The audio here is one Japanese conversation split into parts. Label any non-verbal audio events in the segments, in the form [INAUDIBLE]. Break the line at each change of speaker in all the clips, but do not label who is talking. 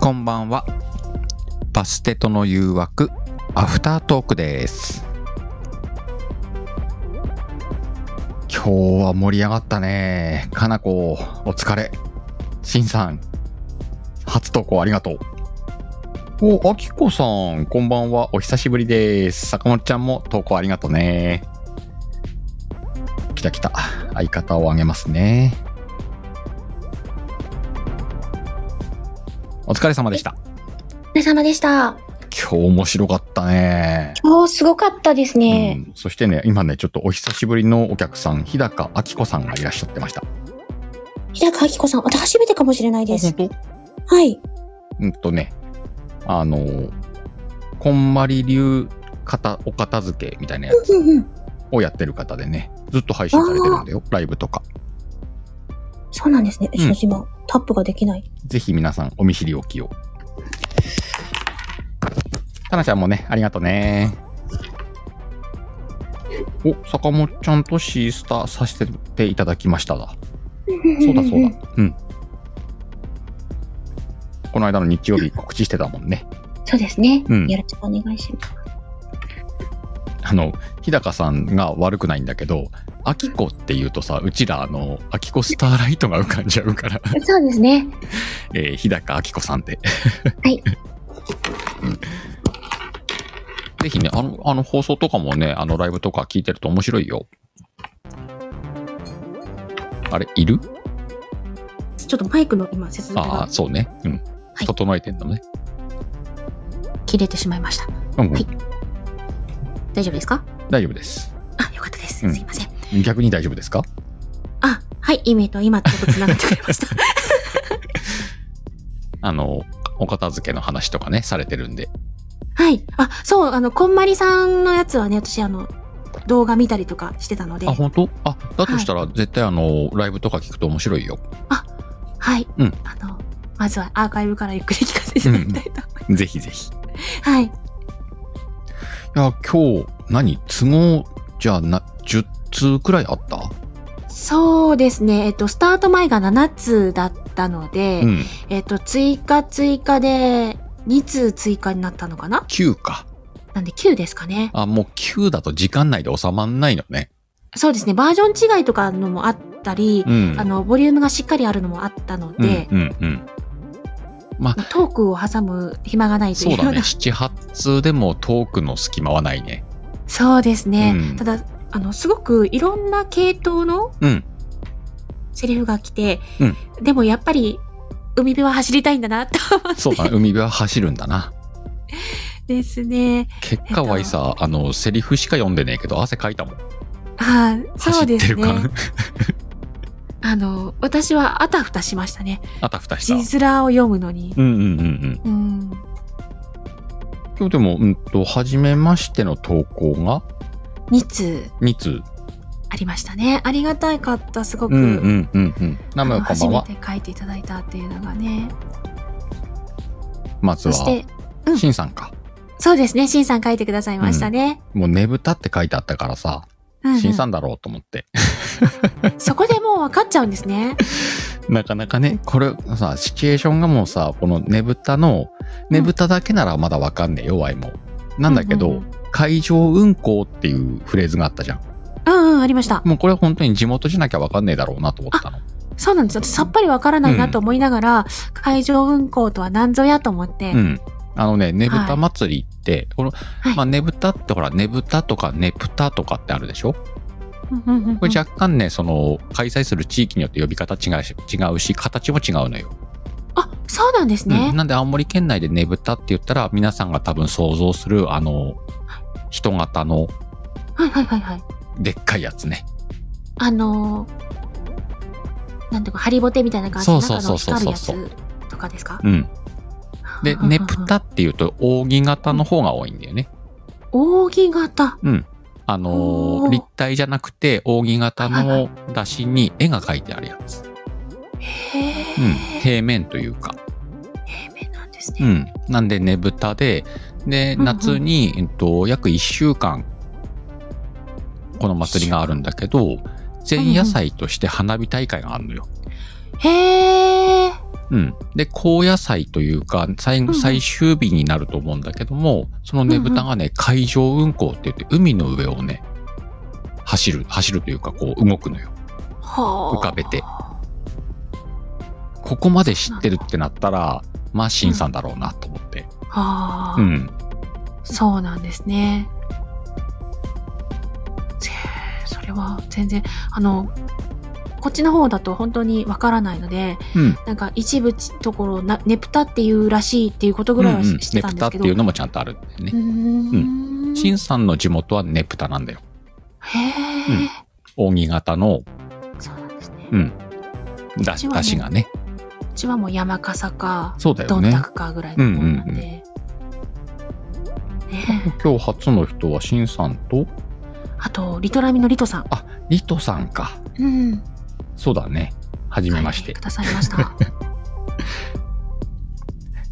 こんばんはバステとの誘惑アフタートークです今日は盛り上がったねかなこお疲れしんさん初投稿ありがとうおあきこさんこんばんはお久しぶりです坂本ちゃんも投稿ありがとうねきたきた相方をあげますねお疲れ様でした
お疲れ様でした。
今日面白かったね。
今日すごかったですね。
うん、そしてね、今ね、ちょっとお久しぶりのお客さん、日高明子さんがいらっしゃってました。
日高明子さん、私初めてかもしれないです。
当
はい。
うんとね、あの、こんまり流片お片付けみたいなやつ
うんうん。
をやってる方でね、ずっと配信されてるんだよ、ライブとか。
そうなんですね。
うん
ちょっと今、タップができない。
ぜひ皆さん、お見知りおきを。かなちゃんもね、ありがとうね。お、坂本ちゃんとシースターさせていただきましただ。そうだそうだ。うん。この間の日曜日告知してたもんね。
そうですね。
うん
よろしくお願いします。
あの、日高さんが悪くないんだけど、アキコって言うとさ、うちらあの、アキコスターライトが浮かんじゃうから、 [LAUGHS]
そうですね。
えー、日高アキコさんで。
はい。
[LAUGHS] うんぜひね、あの、あの放送とかもね、あのライブとか聞いてると面白いよ。あれ、いる
ちょっとマイクの今、接続
ああ
が
ー、そうね。うん。
はい
整えてんだね。
切れてしまいました。
うんうん、
はい大丈夫ですか
大丈夫です。
あ、よかったです。
うん
すいません。
逆に大丈夫ですか
あ、はい。イメと今、ちょっと繋がってくれ
[LAUGHS]
ました。
あの、お片付けの話とかね、されてるんで。
はい。あ、そう、あの、こんまりさんのやつはね、私、あの、動画見たりとかしてたので、
あ、本当？あ、だとしたら絶対あの、ライブとか聞くと面白いよ。
はい。
うん
あの、まずはアーカイブからゆっくり聞かせていただきたいと思います。
ぜひぜひ。い
はい。
や、今日、何都合じゃな、10通くらいあった
そうですね。えっと、スタート前が7つだったので、
うん。
えっと、追加追加で2通追加になったのかな
9か。
なんで9ですかね。
あ、もう9だと時間内で収まんないのね。
そうですね。バージョン違いとかのもあったり、
うん。
あの、ボリュームがしっかりあるのもあったの
うん、
で、
うん、うん。
まあトークを挟む暇がないという
そう
よう
だ
な。
ね。7、8通でもトークの隙間はないね。
[LAUGHS] そうですね。
うん
ただ、あの、すごくいろんな系統の
うん。
セリフが来て、
うん
でもやっぱり、海辺は走りたいんだな、と [LAUGHS] 思って
そうだね。海辺は走るんだな。
ですね。
結果はいさ、あの、セリフしか読んでねえけど、汗かいたもん。
ああ、そ
走
う
って
です
る感。
ね。あの、私はあたふたしましたね。
[LAUGHS] あたふたした
字。面を読むのに。
うんうんうんうん。
うん。
今日でも、うんと、初めましての投稿が
2通
2通。
ありましたね。ありがたいかった、すごく。
うんうんうんうん。ナム
あの
こんば
初
ん
め
は。
て書いていただいたっていうのがね。
まず
そ
は
し、て、うん
シンさんか。
そうですね、しんさん書いてくださいましたね。
もうねぶたって書いてあったからさ、
うんうん
シンさんだろうと思って。 [LAUGHS]
そこでもう分かっちゃうんですね。
なかなかね、これさ、シチュエーションがもうさ、このねぶたの、ねぶただけならまだわかんねえよ、ワイも。なんだけ
うんう
ど
ん、
会場運行っていうフレーズがあったじゃん。
うんうん、ありました。
もうこれは本当に地元じゃなきゃわかんねえだろうなと思ったの。
そうなんです。私さっぱり分からないなと思いながら、会場運行とは何ぞやと思って。
うん。あのね、ねぶた祭りって、この、
い
まあ、ねぶたってほら、ねぶたとかねぷたとかってあるでしょ
うんうんうんうん
これ若干ね、その、開催する地域によって呼び方違うし、違うし、形も違うのよ。
あ、そうなんですね
うん。なんで青森県内でねぶたって言ったら、皆さんが多分想像する、あの、人型の
はいはいはいはい。
でっかいやつね。
あのー、なんていうか、ハリボテみたいな感じの
そう
中
そ
の
うそう
光る
そう
や
そう
つとかですか
うん。で、ねぷ。
ははは
たっていうと、扇形の方が多いんだよね。
扇形。
あの
お
ー、
ー
立体じゃなくて、扇形
はいはい
の出しに絵が描いてあるやつ。
へ
う
え。
ん。平面というか。
平面なんです
う
ね。
ん。なんで、ねぶたで、で、
んうん
夏に、えっと、約1週間、この祭りがあるんだけど、前夜祭として花火大会があるのよ。
へえ。
うん。で、高野祭というか、最
んう
後、
ん
最終日になると思うんだけども、そのねぶたがね、海上運行って言って、海の上をね、走る、走るというか、こう動くのよ。
はあ。
浮かべてここまで知ってるってなったら、まあ、新さんだろうなと思って。
はあ、
うん。
そうなんですね。ぜそれは全然、あの、こっちの方だと本当にわからないので、
うん
なんか一部ちところな、ネプタっていうらしいっていうことぐらいは
うんうん
知って
ネ
た
プ
んで
タ
す
って
けど。
いうのもちゃんとあるんだよね。
うーん
新さんの地元はネプタなんだよ。
へえ、
扇形の
そうなんですね。
う
うん
だ
ち
し
はね
だしがね。
ちはもう山笠か、
そうだよ
どん
ね
た。くかぐらいのものなんで。
うんうんうん
ね
今日初の人は新さんと、
えあと、リトラミのリトさん。
リトさんか。
うん。
そうだね。はじめまし
書い
て
く。ださい
[LAUGHS]
ました。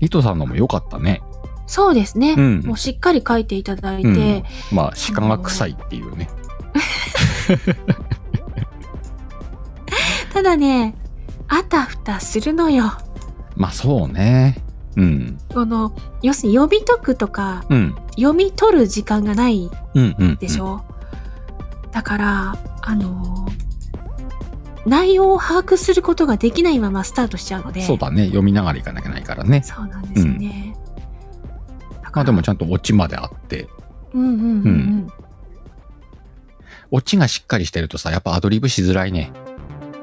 リトさんのも良かったね。
そうですね。
うん
もうしっかり書いていただいて、
うんまあ、鹿が臭いっていうね。
ただね、あたふたするのよ。
まあ、そうね。うん。
この、要するに読み解くとか、
うん。
読み取る時間がない
うん。うん。
でしょ、だから、あのー内容を把握することができないままスタートしちゃうので。
そうだね。読みながらいかなきゃいけないからね。
そうなんですよね。だ
ま
か
あ、
ら
でもちゃんとオチまであって。
うんうんうん、う、
うんオチがしっかりしてるとさ、やっぱアドリブしづらいね。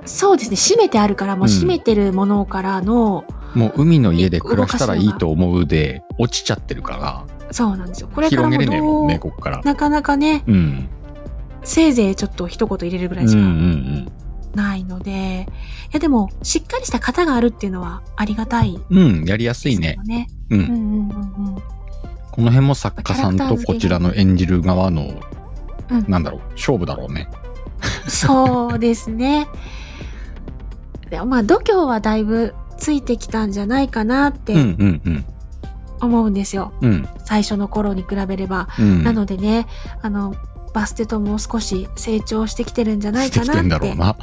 そうですね。閉めてあるから、もう
うん
閉めてるものからの、
もう海の家で暮らしたらいいと思うで、落ちちゃってるか
そうなんですよ。こ
ら、
れから
広げれ
も
ねえ
ど
も
う、
んね、こっから。
なかなかね、
うん。
せいぜいちょっと一言入れる
う
ぐら
ん
いし
う
か
ん
ないので、いやでも、しっかりした型があるっていうのはありがたい
うん。うん、やりやす
で
い
す
ね
よ。ね。
う
うん
ん。
うんうんうん。
この辺も作家さんとこちらの演じる側の
うん、
なんだろう、勝負だろうね。
そうですね。でもまあ、度胸はだいぶついてきたんじゃないかなっ
うん
て
うんうん。
思うんですよ。
うん。
最初の頃に比べれば。
うん。
なのでね、あの、バステともう少し成長してきてるんじゃない
して
か
きてん
な
だ
っ
ろう
て
な。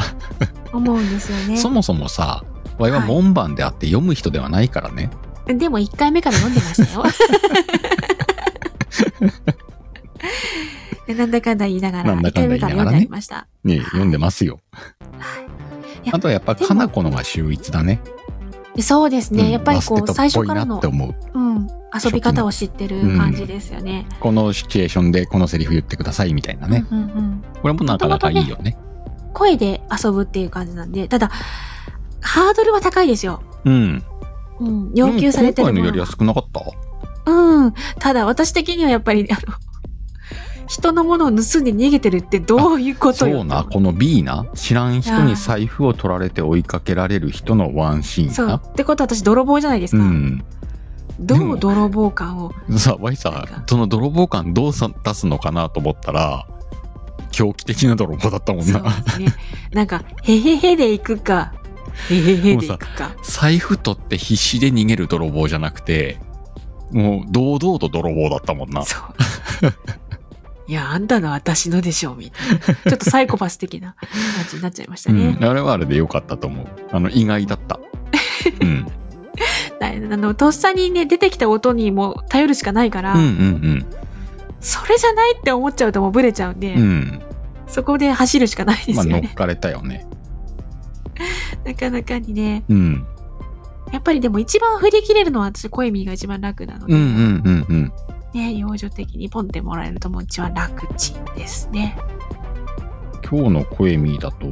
思うんですよ
そ
ね。
もそもさ、わいは
はい
門番であって読む人ではないからね。
でも1回目から飲んでまし
[LAUGHS]
たよ。なんだかんだ言いながら、
なんだ
1
か
回
んだ言
目
い
から
ながら
読んで
ね
ありました。
ね読んでますよ。
いや
あとはやっぱ、
でも
かなこのが秀逸だね。
そうですね。
うん
やっぱりこ
バ
う、
スケ
最
ットっぽい
初から
な
の
って、思う。
うん、遊び方を知ってる感じですよね。
このシチュエーションでこのセリフ言ってくださいみたいなね。
うんうんうん
これもなかなかいいよね。
声で遊ぶっていう感じなんで、ただ、ハードルは高いですよ。
うん。
うん、要求されてる
でも今回
も
の
の
より
は
は少なかった
うん。ただ、私的にはやっぱり、あの、人のものを盗んで逃げてるってどういうことよ
そうな、この B な。知らん人に財布を取られて追いかけられる人のワンシー
そ
ン
う。
な。
ってことは私、泥棒じゃないです
う
か。
ん。で
ど
も
う泥棒感を。
さ、ワイ
なん
さ
か、
その泥棒感どうさ出すのかなと思ったら、狂気的な泥棒だったもん
そう
な。
ですね。なんか、へへへで行くか、へへへで行くか。
財布取って必死で逃げる泥棒じゃなくて、もう堂々と泥棒だったもんな。
そう。いや、あんたのは私のでしょう、みたいな。ちょっとサイコパス的な感じになっちゃいました
う
ね。
ん。あれはあれでよかったと思う。あの、意外だった。うん。
だあの、とっさにね、出てきた音にもう頼るしかないから、
うんうん
それじゃないって思っちゃうともうブレちゃうんで、
うん。うん。
そこで走るしかないです
ま
よ
あ、乗
ね。
っかれたよね。
なかなかにね。
うん。
やっぱりでも一番振り切れるのは私、声見が一番楽なので、
うんうんうんうん。
ね、養生的にポンってもらえるともう一番楽ちんですね。
今日の声見だと、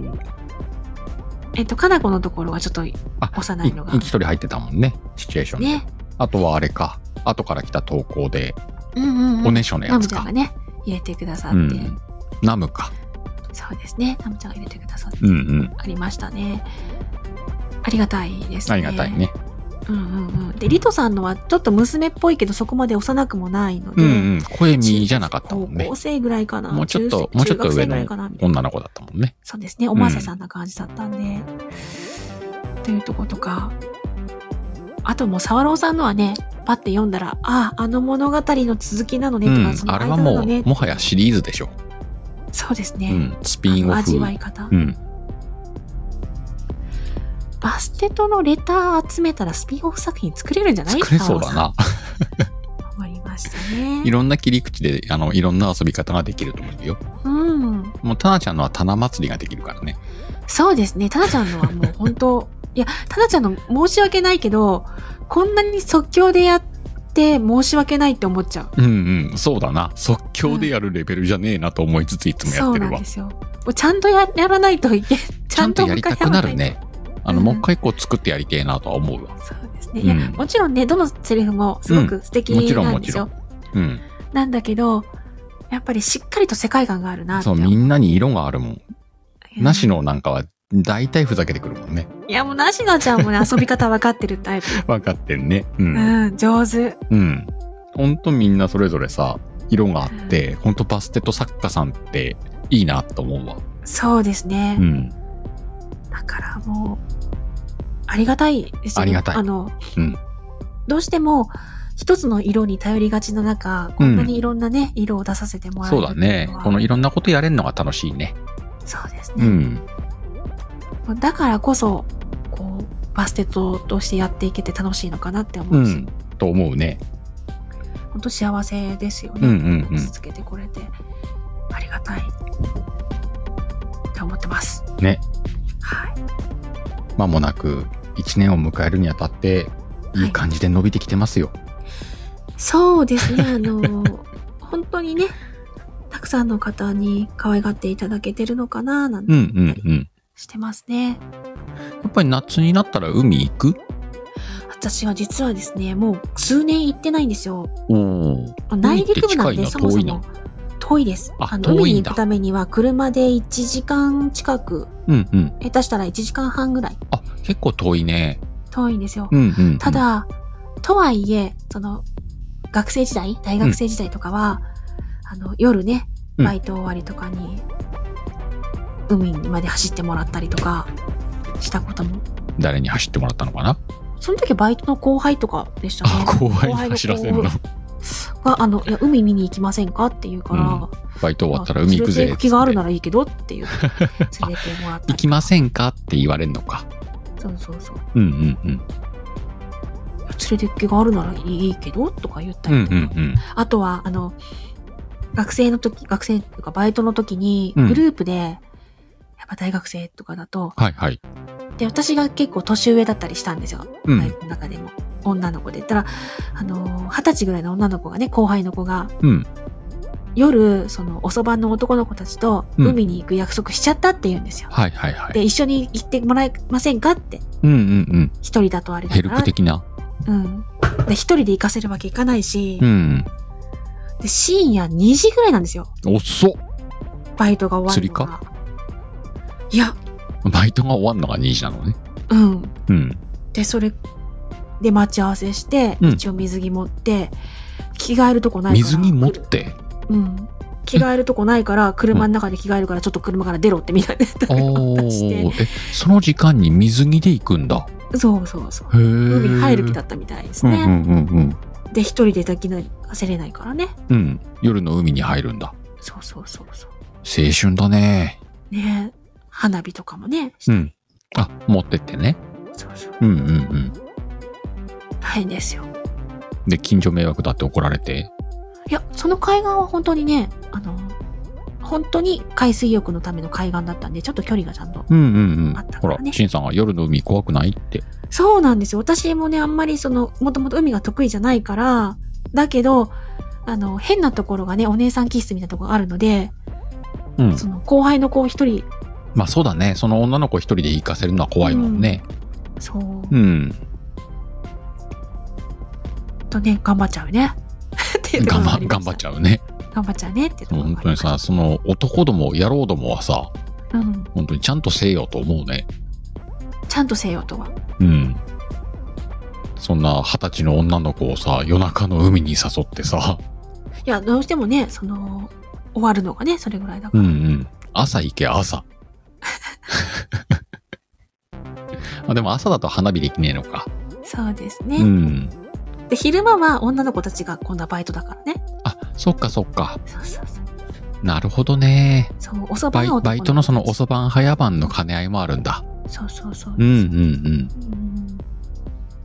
えっと、かなこのところはちょっと
あ、
幼いのが
一人入ってたもんね、シチュエーションで。
ね、
あとはあれか、後から来た投稿で、
うんうん、うん。
おねしょのや
ナム
つ
ちゃん
か
が。ね、入れてくださっ
う
て、
ん。ナムか。
そうですね、ナムちゃんが入れてくださって、
うんうん。
ありましたね。ありがたいですね。
ありがたい。ね。
うんうんうん。で、リトさんのはちょっと娘っぽいけど、そこまで幼くもないので、
うんうん。声見じゃなかったもん
高
ね
校。生ぐらいかな。
もうちょっと
中
もうちょっと
中学生
上の
ぐらいかなみたいな
女の子だったもんね。
そうですね。おませさんな感じだったんで。というとことか。あともう、沢朗さんのはね、パッて読んだら、ああ、あの物語の続きなのね
う
とか、
ん
そ。の
あれは
間な
も
のね
う、もはやシリーズでしょ。
そうです
う
ね。
ん。スピン
あの
オ
味
フ
わ。い方。
うん。
バステとのレター集めたらスピンオフ作品作れるんじゃない
作れそうだな。
沢尾さんわかりまし
[LAUGHS]
た
い
ね。
ろんな切り口で、あの、いろんな遊び方ができると思うよ。
うん。
もう、タナちゃんのは棚祭りができるからね。
そうですね。タナちゃんのはもう本当、いや、タナちゃんの申し訳ないけど、こんなに即興でやって申し訳ないって思っちゃ
う
う。
んうん、そうだな。即興でやるレベルじゃねえなと思いつついつもや
そ
っ
う
て
な
る
ん
わ
で。すよ。もうちゃんとややらないとい
[LAUGHS]
け、ち
ちゃんとやりたくなる
向かい合わい
ね。あの、
うん
もう一回こう作ってやりてえなとは思うわ。
と。そうですね。
うん
いや、もちろんね、どのセリフもすごく素敵
もちろん
なんですよ。
うん。
なんだけど、やっぱりしっかりと世界観があるなって
そう、
思う。
みんなに色があるもん。
うん
なしのなんかは、大体ふざけてくるもんね。 [LAUGHS]
いや、もうなしのちゃんもね、遊び方わかってるタイプ。
分かってんね。うん。
うん、上手。
うん。ほんとみんなそれぞれさ、色があって、ほんとバステット作家さんっていいなと思うわ。
そうですね。
うん。
だからもう、ありがたいですよね
ありがたい
あの、
うん
どうしても、一つの色に頼りがちの中、こんなにいろんなね、色を出させてもらえる
そうだね。このい
色。
ろんなことやれんのが楽しいね。
そうです
う
ね。
ん。
もうだからこそ、こう、バステットとしてやっていけて楽しいのかなって
う
思うし、
ん。と思うね。
本当幸せですよ
うん
ね。
うんうん。
続けてこれて、ありがたい。って思ってます。
ね。
はい。
まもなく1年を迎えるにあたって、いい感じで伸びてきてますよ。
そうですね、あの、 [LAUGHS] 本当にね、たくさんの方に可愛がっていただけてるのかな、なん
うん
て
うんうん。
してますね。
やっぱり夏になったら海行く
私は実はですね、もう数年行ってないんですよ。
おお。
内陸部なん
海
で、
って
そ
近いの
もそ
遠いの
も遠いです。
あ
あの
遠
海
いんだ
に行くためには車で1時間近く、
うんうん。
下手したら1時間半ぐらい
あ、結構遠いね。
遠いんですよ。
うんうん、うん。
た、だ、とはいえ、その、学生時代、大学生時代とかは、あの、夜ね、
うん
バイト終わりとかに、海にまで走ってもらったりとか、したことも。
誰に走ってもらったのかな、
その時バイトの後輩とかでし
[LAUGHS]
た
あ
ね。
後輩に走らせるの
後。輩が、あの、いや、海見に行きませんかって言うから、
うんバイト終わったら海行くぜ
連れて行く気があるならいいけどっていう、連れてもらったり。
行きませんかって言われるのか。
そうそうそう。
うんうんうん。
連れて行く気があるならいいけどとか言った
うん
りと
う
か。
ん
あとは、あの、学生の時、学生とかバイトの時に、
うん
グループで、やっぱ大学生とかだと、
はいはい。
で、私が結構年上だったりしたんですよ。
うん
バイトの中でも。女の子で言ったら、あの、二十歳ぐらいの女の子がね、後輩の子が、
うん
夜、その、遅番の男の子たちと、
うん
海に行く約束しちゃったって言うんですよ。
はいはいはい。
で、一緒に行ってもらえませんかって、
うんうんうん。
一人だとあれだ
ヘ
か
ル
ら。
プ的な。
うん。で、一人で行かせるわけいかないし、
うん。
で、深夜2時ぐらいなんですよ。
遅っ
バイトが終わるのが。いや、
バイトが終わんのが2時なのね。
うん。
うん。
で、それで待ち合わせして、
うん
一応水着持って、着替えるとこないか
水
ら。
着持って。
うん。着替えるとこないから、車の中で着替えるから、ちょっと車から出ろってみたいな。
お
して
ー。え、その時間に水着で行くんだ。
そうそうそう。
へえ。
海に入る気だったみたいです
うん
ね。
うんうんうん。
で、一人で抱きな焦れないからね。
うん。夜の海に入るんだ。
そうそうそうそう。
青春だね。
ね花火とかもね。
うん。あ、持ってってね。
そうそう。
うんうんうん。
大変ですよ。
で、近所迷惑だって怒られて。
いや、その海岸は本当にね、あの、本当に海水浴のための海岸だったんで、ちょっと距離がちゃんと。
うんうんうん。
あった
ほ
かららね、
しんさんが夜の海怖くないって。
そうなんですよ。私もね、あんまりその、もともと海が得意じゃないから、だけど、あの、変なところがね、お姉さん気質みたいなところがあるので、
うん。
その、後輩の子一人、
まあそうだね。その女の子一人で行かせるのは怖いもんね。
そう、
うん。
とね、頑張っちゃうね。 [LAUGHS] っていうとこ
頑
ろが
張
ありま
頑
し
張
た
っちゃうね。
頑張っちゃうねっていうところ
本
があり
当
ま
に
し
さ、
た。
その男ども、野郎どもはさ、
うん。
本当にちゃんとせえよと思うね。
ちゃんとせよとは。
うん。そんな二十歳の女の子をさ、夜中の海に誘ってさ、
いや、どうしてもね、その、終わるのがね、それぐらいだか
う
ら。
んうん。朝行け、朝。 [LAUGHS] あでも朝だと花火できねえのか。
そうですね。
うん。
で、昼間は女の子たちが今度はバイトだからね。
あ、そっかそっか。
そうそうそう。
なるほどね。
そう、おそば
バイ
の男の子
バイトのその遅番早番の兼ね合いもあるんだ。
そうそうそう。
うんうんうん。
うん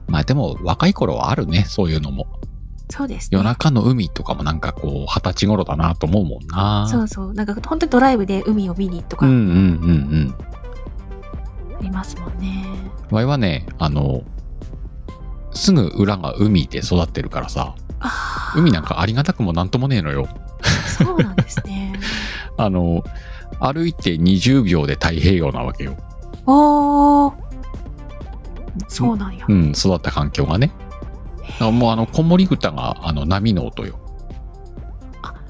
まあでも若い頃はあるね、そういうのも。
そうですね
夜。中の海とかもなんかこう、二十歳頃だなと思うもんな。
そうそう。なんか本当にドライブで海を見にとか
うん
あ
うんうんうん。
りますもんね。
わいはね、あの、すぐ裏が海で育ってるからさ、
ああ。
海なんかありがたくもなんともねえのよ。
そうなんです
[LAUGHS]
ね。
あの、歩いて20秒で太平洋なわけよ。
おー。そうなんや。
うん、育った環境がね。あもうあの、子守歌があの波の音よ。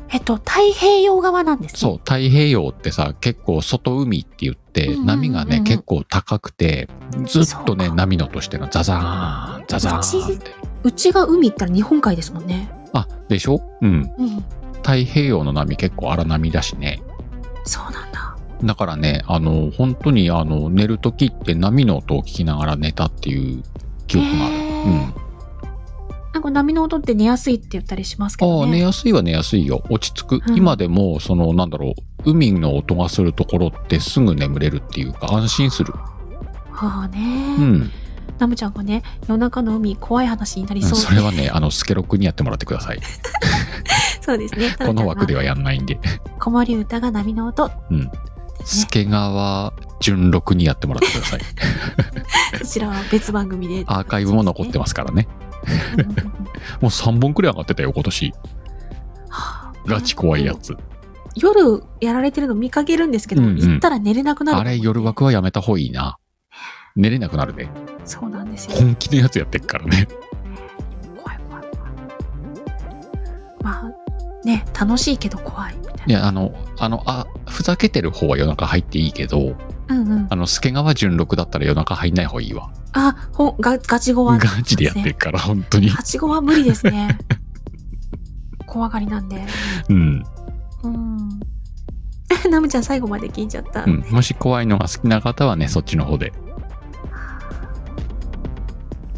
えっと、太平洋側なんですね。
そう、太平洋ってさ、結構外海って言って、
うんうんうんうん
波がね、結構高くて、ずっと
そう
ね、
か
波の音してるの、ザザーン、ザザーンって。
うちが海行ったら日本海ですもんね。
あ、でしょうん。
うん。
太平洋の波結構荒波だしね。
そうなんだ。
だからね、あの、本当にあの、寝るときって波の音を聞きながら寝たっていう記憶がある。
へー
うん。
なんか波の音って寝やすいって言ったりしますけ
あ
ど
あ、寝
ね。
やすいは寝やすいよ。落ち着く。
うん
今でも、その、なんだろう、海の音がするところってすぐ眠れるっていうか、安心する。
はあね
う。ん。
ナムちゃんがね、夜中の海怖い話になり
そ
そう。
れはね、あの、スケロクにやってもらってくだ [LAUGHS] さい。
そうです
[LAUGHS]
ね。
この枠で
は。
はやんない [LAUGHS] んで。
子守歌が波
[LAUGHS]
の音。
うん。スケ川純六にやってもらってく [LAUGHS] ださい。
こちらは別番組で。
アーカイブも残って
ま
ますからね。
すね。うんうんうん
もう3本くらい上がってたよ、今年。
はあ
ガチ怖いやつ。
夜やられてるの見かけるんですけど、
うんうん
行ったら寝れなくなる。
あれ、夜。枠はやめた方がいいな。寝れなくなるね。
そうなんですよ。
本気のやつやってっからね。
怖い怖い怖い。まあ、ね、楽しいけど怖いみたいな。
いや、あの、あの、あ、ふざけてる方は夜中入っていいけど、
うんうん。
あの、助川純六だったら夜中入んない方がいいわ。
あ、ほん、ガガチゴは、
ガチでやってるから、本当に。
ガチゴは無理ですね。怖がりなんで。
うん。
うん。 [LAUGHS] ナムちゃん最後まで聞いちゃった。
うん。もし怖いのが好きな方はね、そっちの方で。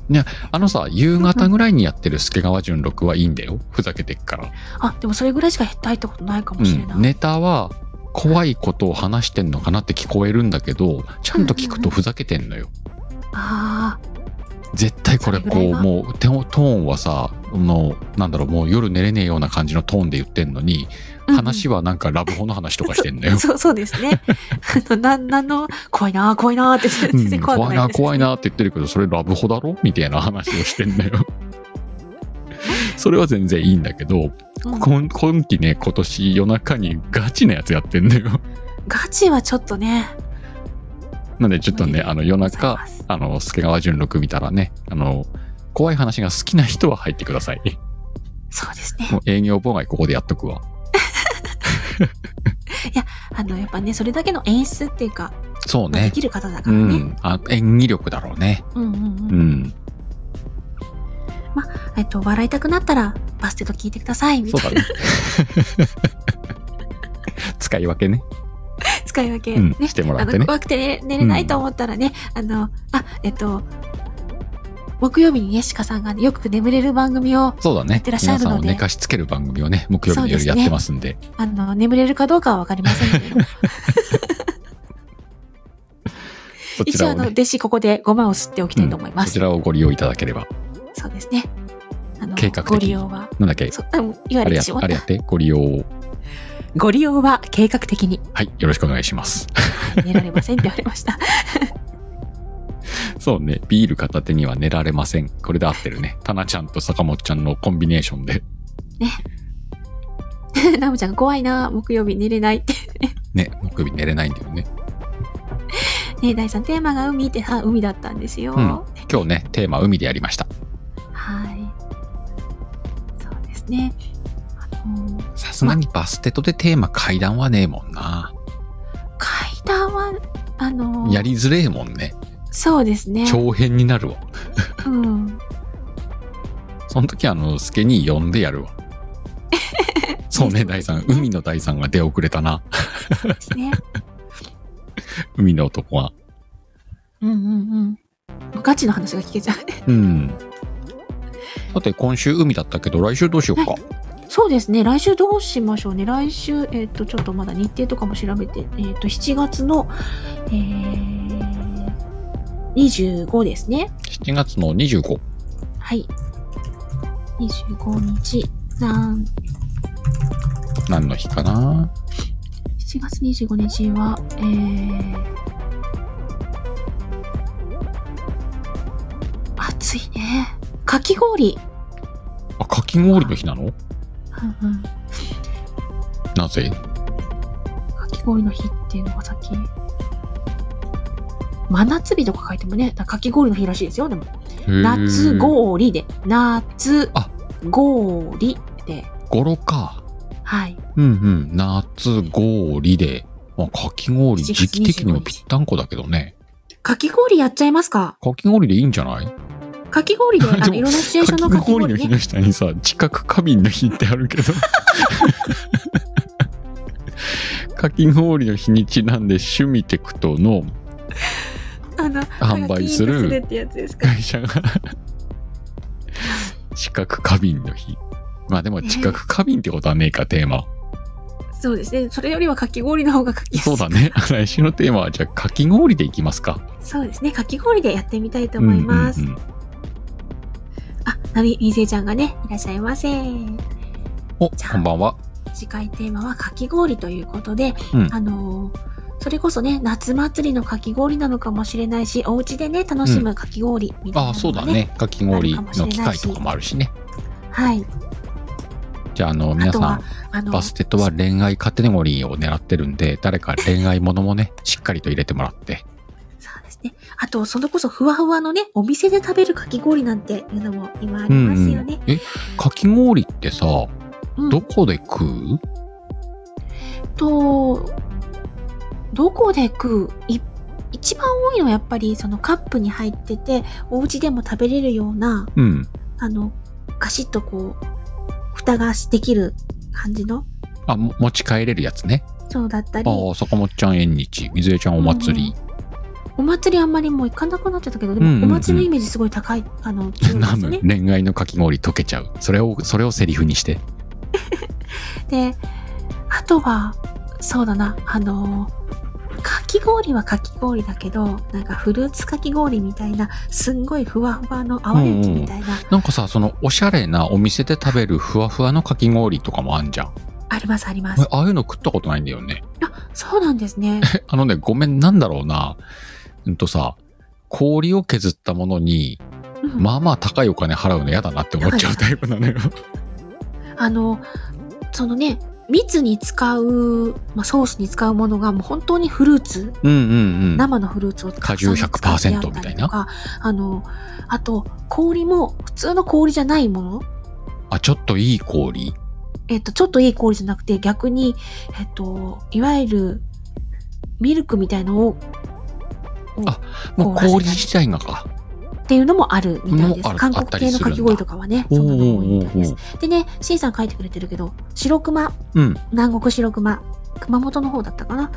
いや、あのさ、夕方ぐらいにやってる助川純六はいいんだよ。ふざけてっから。
あ、でもそれぐらいしか入ったことないかも
う
しれない。
ん。ネタは、怖いことを話してんのかなって聞こえるんだけど、ちゃんと聞くとふざけてんのよ。
ああ、
絶対これこ
それ
う
ぐらいは
もうテオトーンはさあのなんだろうもう夜寝れねえような感じのトーンで言ってんのに
うんうん。
話はなんかラブホの話とかしてんだよ
そう、そうですね。あの、なん、なんの、怖いな、怖いなって、
う
[LAUGHS] 全
ん
然怖
怖
く
い
な
ない
です、
怖い。なって言ってるけどそれラブホだろみたいな話をしてんだよ。それは全然いいんだけど
うん
こん今期ね今年夜中にガチなやつやってんだよ。
ガチはちょっとね。
なんでちょっとねあの夜
ござい
中
ます
あの助川純六見たらねあの怖い話が好きな人は入ってください。
そうですね。
もう営業妨害ここでやっとくわ。
あの、やっぱね、それだけの演出っていうか、
そう
で
ね。
きる方だか
う
らね。
ん、あ演技力だろうね。
うん、うん、う
う。
ん
ん、
えっと、笑いたくなったら、バステと聞いてください、み
そ
た
う
いな
だね。 [LAUGHS] 使い分けね。
使い分け、
うん、
ね
してもら
あ
って
の
ね。
怖くてね寝れないと思ったらね、あの、あ、えっと、木曜日にね、シカさんが、ね、よく眠れる番組を、
そうだね。
てら
皆
っしゃる
さん
の
を
で
寝かしつける番組をね、木曜日の
そうで
夜
す
や
ね
ってますんで。
あの、眠れるかどうかはわかりませ
[LAUGHS]
んけど、
そち
一応、
ら
あ
を、
の、
ね、
弟子ここでごまを吸っておきたいと思いま
そ
す。
ちらをご利用いただければ。
そうですね。あの、
計画的
ご利用は、
なんだっけ
そう、あのいわ
あ
ゆ
れ
る
や
仕事
あれやって、ご利用を。
ご利用は計画的に
はい、よろしくお願いします。 [LAUGHS]
寝られませんって言われました。 [LAUGHS]
そうね、ビール片手には寝られません。これで合ってるね。タナちゃんと坂本ちゃんのコンビネーションで。
ナムちゃん怖いな、木曜日寝れないって。
ね、木曜日寝れないんだよね。
ね、第3テーマが海って、あ、海だったんですよ。
うん今日ね、テーマ海でやりました。
はい。そうですね。あのー
さすがにバステトでテーマ階段はねえもんな。
階段は、あのー
やりづれえもんね。
そうですね。
長編になるわ。
うん。
その時あの、スケに呼んでやる
[LAUGHS]
わ。そうね、第三。海の第三が出遅れたな。
ですね。
海の男は。
うんうんうん。ガチの話が聞けちゃう。
うん。さて、今週海だったけど、来週どうしようか。
そうですね。来週どうしましょうね。来週、えっ、と、ちょっとまだ日程とかも調べて、えっ、と、7月の、えー、 25ですね。
7月の25。
はい。25日、なん、
何の日かな
7月25日は、えー、暑いね。かき氷。
あ、かき氷の日なの
うんうん。
なぜ
かき氷の日っていうのがさっき。真夏日とか書いてもね、だからかき氷の日らしいですよ、でも。夏
五
氷で、夏
あ
氷で、
語呂か。
はい。
うんうん。夏氷で。まあ、かき氷、
7月25
時期的にもぴったんこだけどね。
かき氷やっちゃいますか
かき氷でいいんじゃない
かき氷で、 [LAUGHS] あ
で
の、
も
いろんなシチュエーションのかき氷
の日
ね。
の下にさ、知覚過敏の日ってあるけ
[LAUGHS]
ど。かき氷の日にちなんで趣味テクトの
あの、
販売す
なんかキーンと
る
ってやつですか。
会社が知覚過敏の日。まあでも知覚過敏ってことはねえか、テーマ。
そうですね。それよりはかき氷の方がかきやすい。
そうだね。来週のテーマはじゃあかき氷でいきますか。
そうですね。かき氷でやってみたいと思います。
うんうんうん
あ、なみ、みせいちゃんがね、いらっしゃいませ。
お、
じゃあ
こんばんは。
次回テーマはかき氷ということで、
うん
あのーそれこそね、夏祭りのかき氷なのかもしれないし、お家でね、楽しむかき氷みたいなのが、ね
ああ、そうだ。ね。かき氷の機会とかもあるしね。
はい。
じゃあ、あの、皆さん、
ああの
バステッドは恋愛カテゴリーを狙ってるんで、誰か恋愛ものも
[LAUGHS]
ね、しっかりと入れてもらって。
そうですね。あと、それこそふわふわのね、お店で食べるかき氷なんていうのも今あり
うん、
ま
う
すよ
ん
ね。。
え、かき氷ってさ、
うん
どこで食う
と、どこで食うい一番多いのはやっぱりそのカップに入ってて、お家でも食べれるような、
うん。
あの、ガシッとこう、蓋ができる感じの、
あ、も持ち帰れるやつね。
そうだったり、
ああ、坂本ちゃん縁日、水江ちゃんお祭り。
お祭りあんまりもう行かなくなっちゃったけど、で
うんうんうん
もお祭りのイメージすごい高い、あの、強い
[LAUGHS]
で
な
すよ
む、
ね。
恋愛のかき氷溶けちゃう。それを、それをセリフにして。
で、あとは、そうだな、あのーかき氷はかき氷だけど、なんかフルーツかき氷みたいな、すんごいふわふわの泡雪みたいな、
なんかさ、その、おしゃれなお店で食べるふわふわのかき氷とかもあんじゃん。
ありますあります
俺。ああいうの食ったことないんだよね。
あ、そうなんで
[LAUGHS]
すね。
あのね、ごめん、なんだろうな。うんとさ、氷を削ったものに、
うん
まあまあ高いお金払うの嫌だなって思っちゃうタイプなのよ。
あの、そのね、蜜に使う、まあ、ソースに使うものがもう本当にフルーツ、
うんうんうん。
生のフルーツをた
果
くさ
汁
ん使ってあったりと
100%
か
みたいな。
あの、あと、氷も普通の氷じゃないもの
[LAUGHS] あ、ちょっといい氷。
えっと、ちょっといい氷じゃなくて、逆に、えっと、いわゆる、ミルクみたいのを、
もう
凍らせない
氷自体がか。
っていうのもあるみたいで
もうあ
す。
る
韓
あ
国
ったり
系
す
の
るんだ
かき氷とかはね、そ
お
ん
う
なの
お
多いみ
うお
たい
う
で
おう
す。でね、シンさん書いてくれてるけど、白熊、
うん。
南国白熊、熊本の方だったかな。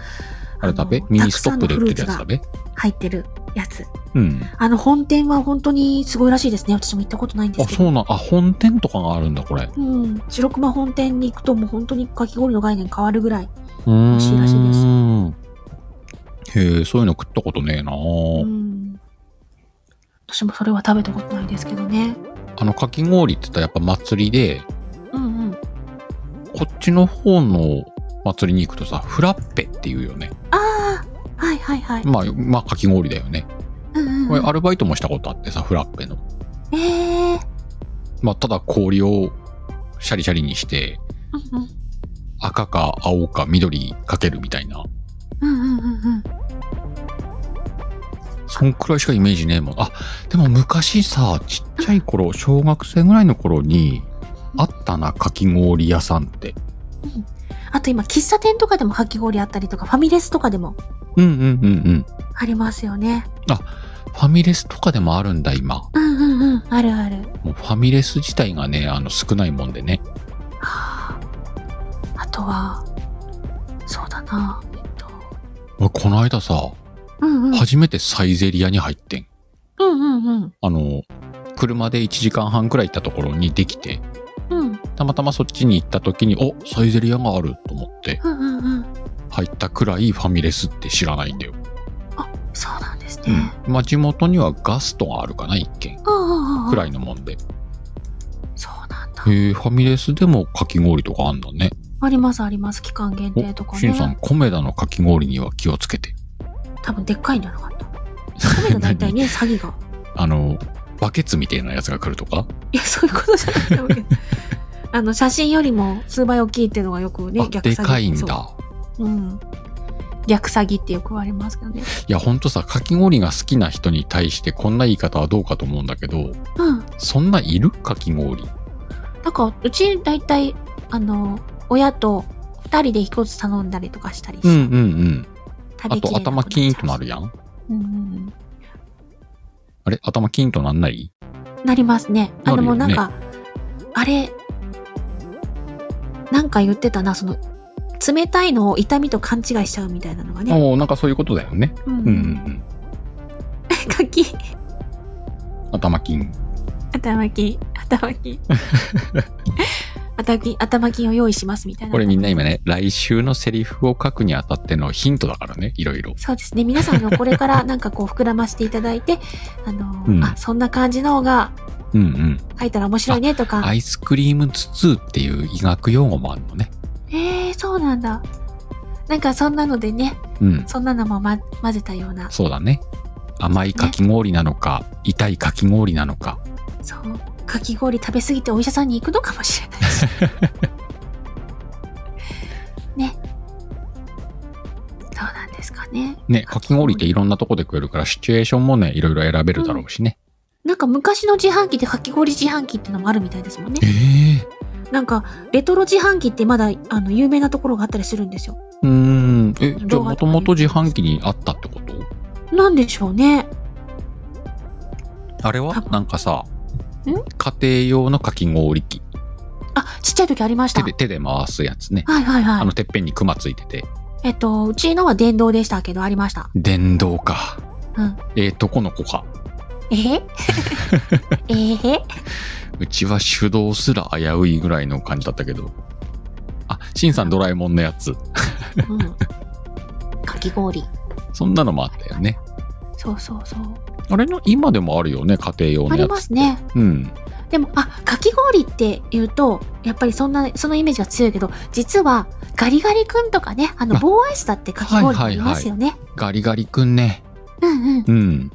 あれ
の
食べミニストップで売ってるやつ
たくさんのフルーツ
食
が
べ
入ってるやつ。
うん。
あの、本店は本当にすごいらしいですね。私も行ったことないんで
あ、
すけど。
そうなん。あ、本店とかがあるんだ、これ。う
うん。白熊本店に行くともう本当にかき氷の概念変わるぐらい。
ーん。
味しいらしいです
へえ、そういうの食ったことねえな
うん。私もそれは食べたことないですけどね。
あの、かき氷って言ったらやっぱ祭りで、
うんうん。
こっちの方の祭りに行くとさ、フラッペっていうよね。
ああ、はいはいはい。
まあ、まあ、かき氷だよね。
うんうんうん
俺、アルバイトもしたことあってさ、フラッペの。
ええ
まあ、ただ氷をシャリシャリにして、
うん
赤か青か緑かけるみたいな。
うんうんうんうんうん。
そんくらいしかイメージねえもん。あ、でも昔さ、ちっちゃい頃、小学生ぐらいの頃に、あったな、かき氷屋さんって。
あと今、喫茶店とかでもかき氷あったりとか、ファミレスとかでも
うんうんうんうん。
ありますよね。
ファミレスとかでもあるんだ、今。
うんうんうん。あるある。
もうファミレス自体がね、あの、少ないもんでね。
はああとは、そうだな。えっと、
俺、この間さ、
うんうん。
初めてサイゼリアに入ってん。
うんうんうん。
あの、車で1時間半くらい行ったところにできて、
うん
たまたまそっちに行った時に、お、サイゼリアがあると思って、
うんうんうん。
入ったくらいファミレスって知らないんだよ。
そうなんですですね。
うんまあ、地元にはガストがあるかな、一軒
ああああ
くらいのもんで。
そうなんだ。
へえ、ファミレスでもかき氷とかあんだね。
ありますあります。期間限定と
お、
か
しんさん、
ね。
コメダのかき氷には気をつけて。
多分でっかいんじゃなか
[LAUGHS]
った。カメラ大体ね、詐欺が。
あの、バケツみたいなやつが来るとか
いや、そういうことじゃないと思
[LAUGHS]
うけど。あの、写真よりも数倍大きいっていうのがよくね、
あ、
逆詐
で
欺
かいん
そ
だ。
う。うん。逆詐欺ってよく言われますけどね。
いや、ほんとさ、かき氷が好きな人に対してこんな言い方はどうかと思うんだけど、
うん。
そんないるかき氷。
なんか、うち大体、あの、親と二人で一つ頼んだりとかしたりして、
うんうんうん。
食
あ
べきれ
と、頭
なくなっちゃう
キーンとなるやん。
うんうん
あれ頭キーンとなんない
うん。なりますね。あ、
な
で
るよ
も
ね
なんか、あれ、なんか言ってたな、その、冷たいのを痛みと勘違いしちゃうみたいなのがね。
おーなんかそういうことだよね。
うん
うんうんう
[LAUGHS]
ん。
柿
頭金。
頭金頭金
[LAUGHS]
頭金頭金を用意しますみたいな
これみんな今ね、来週のセリフを書くにあたってのヒントだからね、いろいろ。
そうですね皆さんのこれからなんかこう膨らましていただいてあの、
うん
あそんな感じのが
うんうん。
書いたら面白いねとか
アイスクリーム筒っていう医学用語もあるのね。
えー、そうなんだなんかそんなのでね
うん。
そんなのも、ま、混ぜたような
そうだね。甘いかき氷なのか、痛いかき氷なのか。
そうかき氷食べ過ぎてお医者さんに行くのかもしれな
[LAUGHS]
いしねそうなんですかね
ね、かき氷っていろんなとこで食えるから、シチュエーションもね、いろいろ選べるだろうしね。
なんか昔の自販機でかき氷自販機ってのもあるみたいですもんね。
え
なんかレトロ自販機ってまだあの有名なところがあったりするんですよ。
えー。うーん。え、じゃあ
動
も
画
と
とか
もと自販機にあったってこと
なんでしょうね。
あれは
多分
なんかさ
ん、
家庭用のかき氷機。
あ、ちっちゃい時ありました。
手
は
で、手
い
で回すやつね。
はい
あ
はい
の、。てっぺんにクマついてて。
えっと、うちのは電動でしたけどありました。
電動か。
うん
ええとこの子か。
えへえへ
うちは手動すら危ういぐらいの感じだったけど。あ、シンさんドラえもんのやつ。
うん。かき氷。
そんなのもあったよね。
そうそうそう。
あれの今でもあるよね、家庭用のや
あ
つ。
りますね。
うん。
でも、あ、かき氷って言うと、やっぱりそんな、そのイメージが強いけど、実はガリガリ君とかね、あの
あ
棒アイスだってかき氷って言いますよね。
ガリガリくんね。
うんうん。
うん。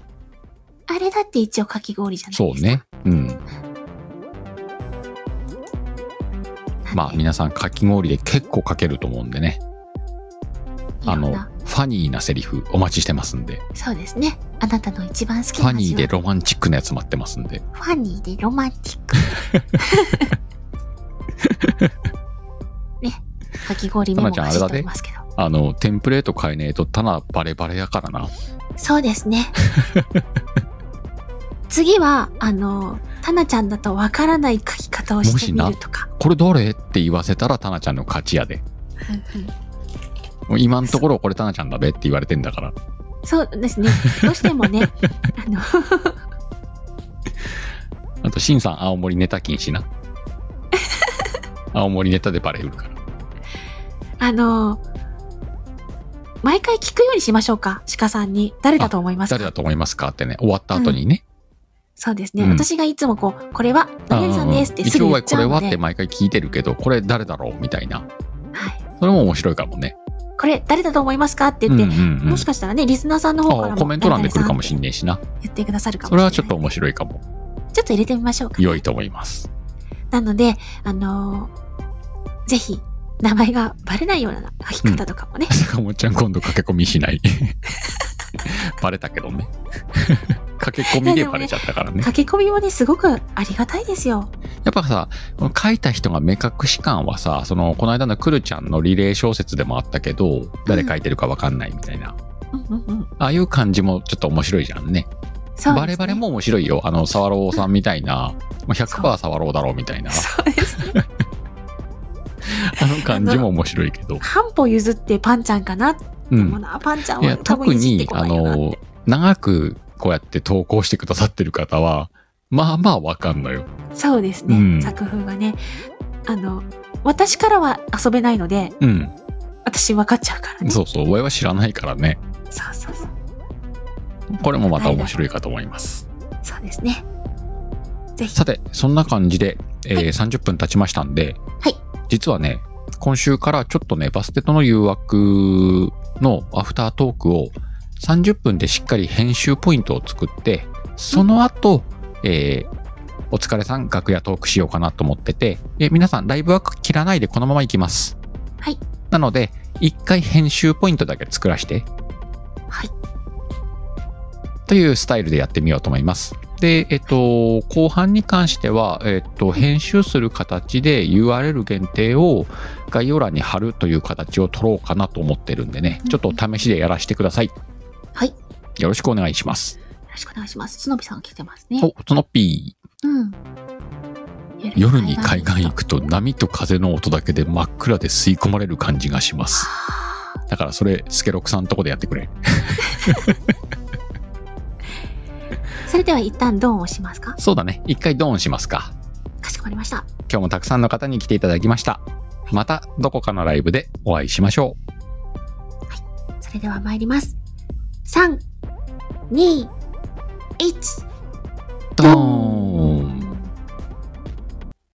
あれだって一応かき氷じゃないで
そ
すか。
うね。うん。まあ皆さんかき氷で結構かけると思うんでね。あ
あの
の、ファニーなセリフお待ちしてますんで。
そうですねあなたの一番好き
フ
な
ァ
味
ニーで
は
ロマンチックなやつ待ってますんで。
ファニーでロマンチック
[LAUGHS]
ねかき氷メモ
タナち
が
ゃんあ
走っ
れだ
てお
ね
りますけど
あの、テンプレート変えねえとただバレバレやからな。
そうですね次はあのタナちゃんだとわからない書き方をしてみるとか
これ誰って言わせたらタナちゃんの勝ちやで。
うんうん
もう今のところこれタナちゃんだべって言われてんだから。
そうですねどうしてもねあの
あと、シンさん青森ネタ禁止な。青森ネタでバレうるから。
あの毎回聞くようにしましょうか鹿さんに誰だと思いますか
誰だと思いますかってね、終わった後にね。
そうですね、
うん
私がいつもこう、これは、
あ
のりさんですってす
一
ぐ
応
言
は
っち
こ
ゃ
れ
う
は
の
って
で、
毎回聞いてるけど、これ誰だろうみたいな。
はい、
それも面白いかもね。
これ誰だと思いますかって
う
言
ん
っ
う
て、
んうん
もしかしたらね、リスナーさんの方から
あ
も、
コメント欄で来るかもしん
ない。
ねえしな。
言ってくださるかもし
それ
れない。
はちょっと面白いかも。
ちょっと入れてみましょうか。
良いと思います。
なので、あのーぜひ、名前がバレないような書き方とかもね、
坂本ちゃん今度駆け込みしない。 [LAUGHS] バレたけどね。 [LAUGHS] 駆け込みでバレちゃったからね。
駆け込みもね、すごくありがたいですよ。
やっぱさ、この書いた人が目隠し感はさ、その、この間のくるちゃんのリレー小説でもあったけど、誰書いてるかわかんないみたいな。
うんうんうん。
ああいう感じもちょっと面白いじゃんね。
そうですね
バレバレ。も面白いよ。あの、サワローさんみたいな、もう100%サワローだろうみたいな、
そうですね。
[LAUGHS] あの感じも面白いけど。
半歩譲ってパンちゃんかなって
う。
思うんな、パンちゃん
いや、
は多分
特
いじって
に、
こ
あ
ないよなって。
の、長くこうやって投稿してくださってる方は、まあまあわかんのよ。
そうですね、
うん
作風がねあの私からは遊べないので
うん。
私分かっちゃうからね
そうそう、俺は知らないからね。
そうそうそう
これもまた面白いかと思います。
そうですね。ぜひ。
さて、そんな感じで、えー30分経ちましたんで、
はい
実はね、今週からちょっとね、バステとの誘惑のアフタートークを30分でしっかり編集ポイントを作って、その後、えーお疲れさん、楽屋トークしようかなと思ってて、えー皆さん、ライブは切らないでこのまま行きます。
はい。
なので、一回編集ポイントだけ作らして、
はい。
というスタイルでやってみようと思います。で、えっと、後半に関しては、えっと、編集する形で URL 限定を概要欄に貼るという形を取ろうかなと思ってるんでね、ちょっと試しでやらせてください。
はい。よ
よろしくお願いします。
ろしくお願いします。つのびさん来てますね。
お、つのっぴー。
うん。
夜に海岸行くと波と風の音だけで真っ暗で吸い込まれる感じがします。
はあ
だからそれ、スケロクさんのとこでやってくれ。
それでは一旦ドンを押しますか
そうだね。一回ドーンしますか。
かしこまりました。
今日もたくさんの方に来ていただきました。またどこかのライブでお会いしましょう。
それでは参ります。3、2、1。
ドーン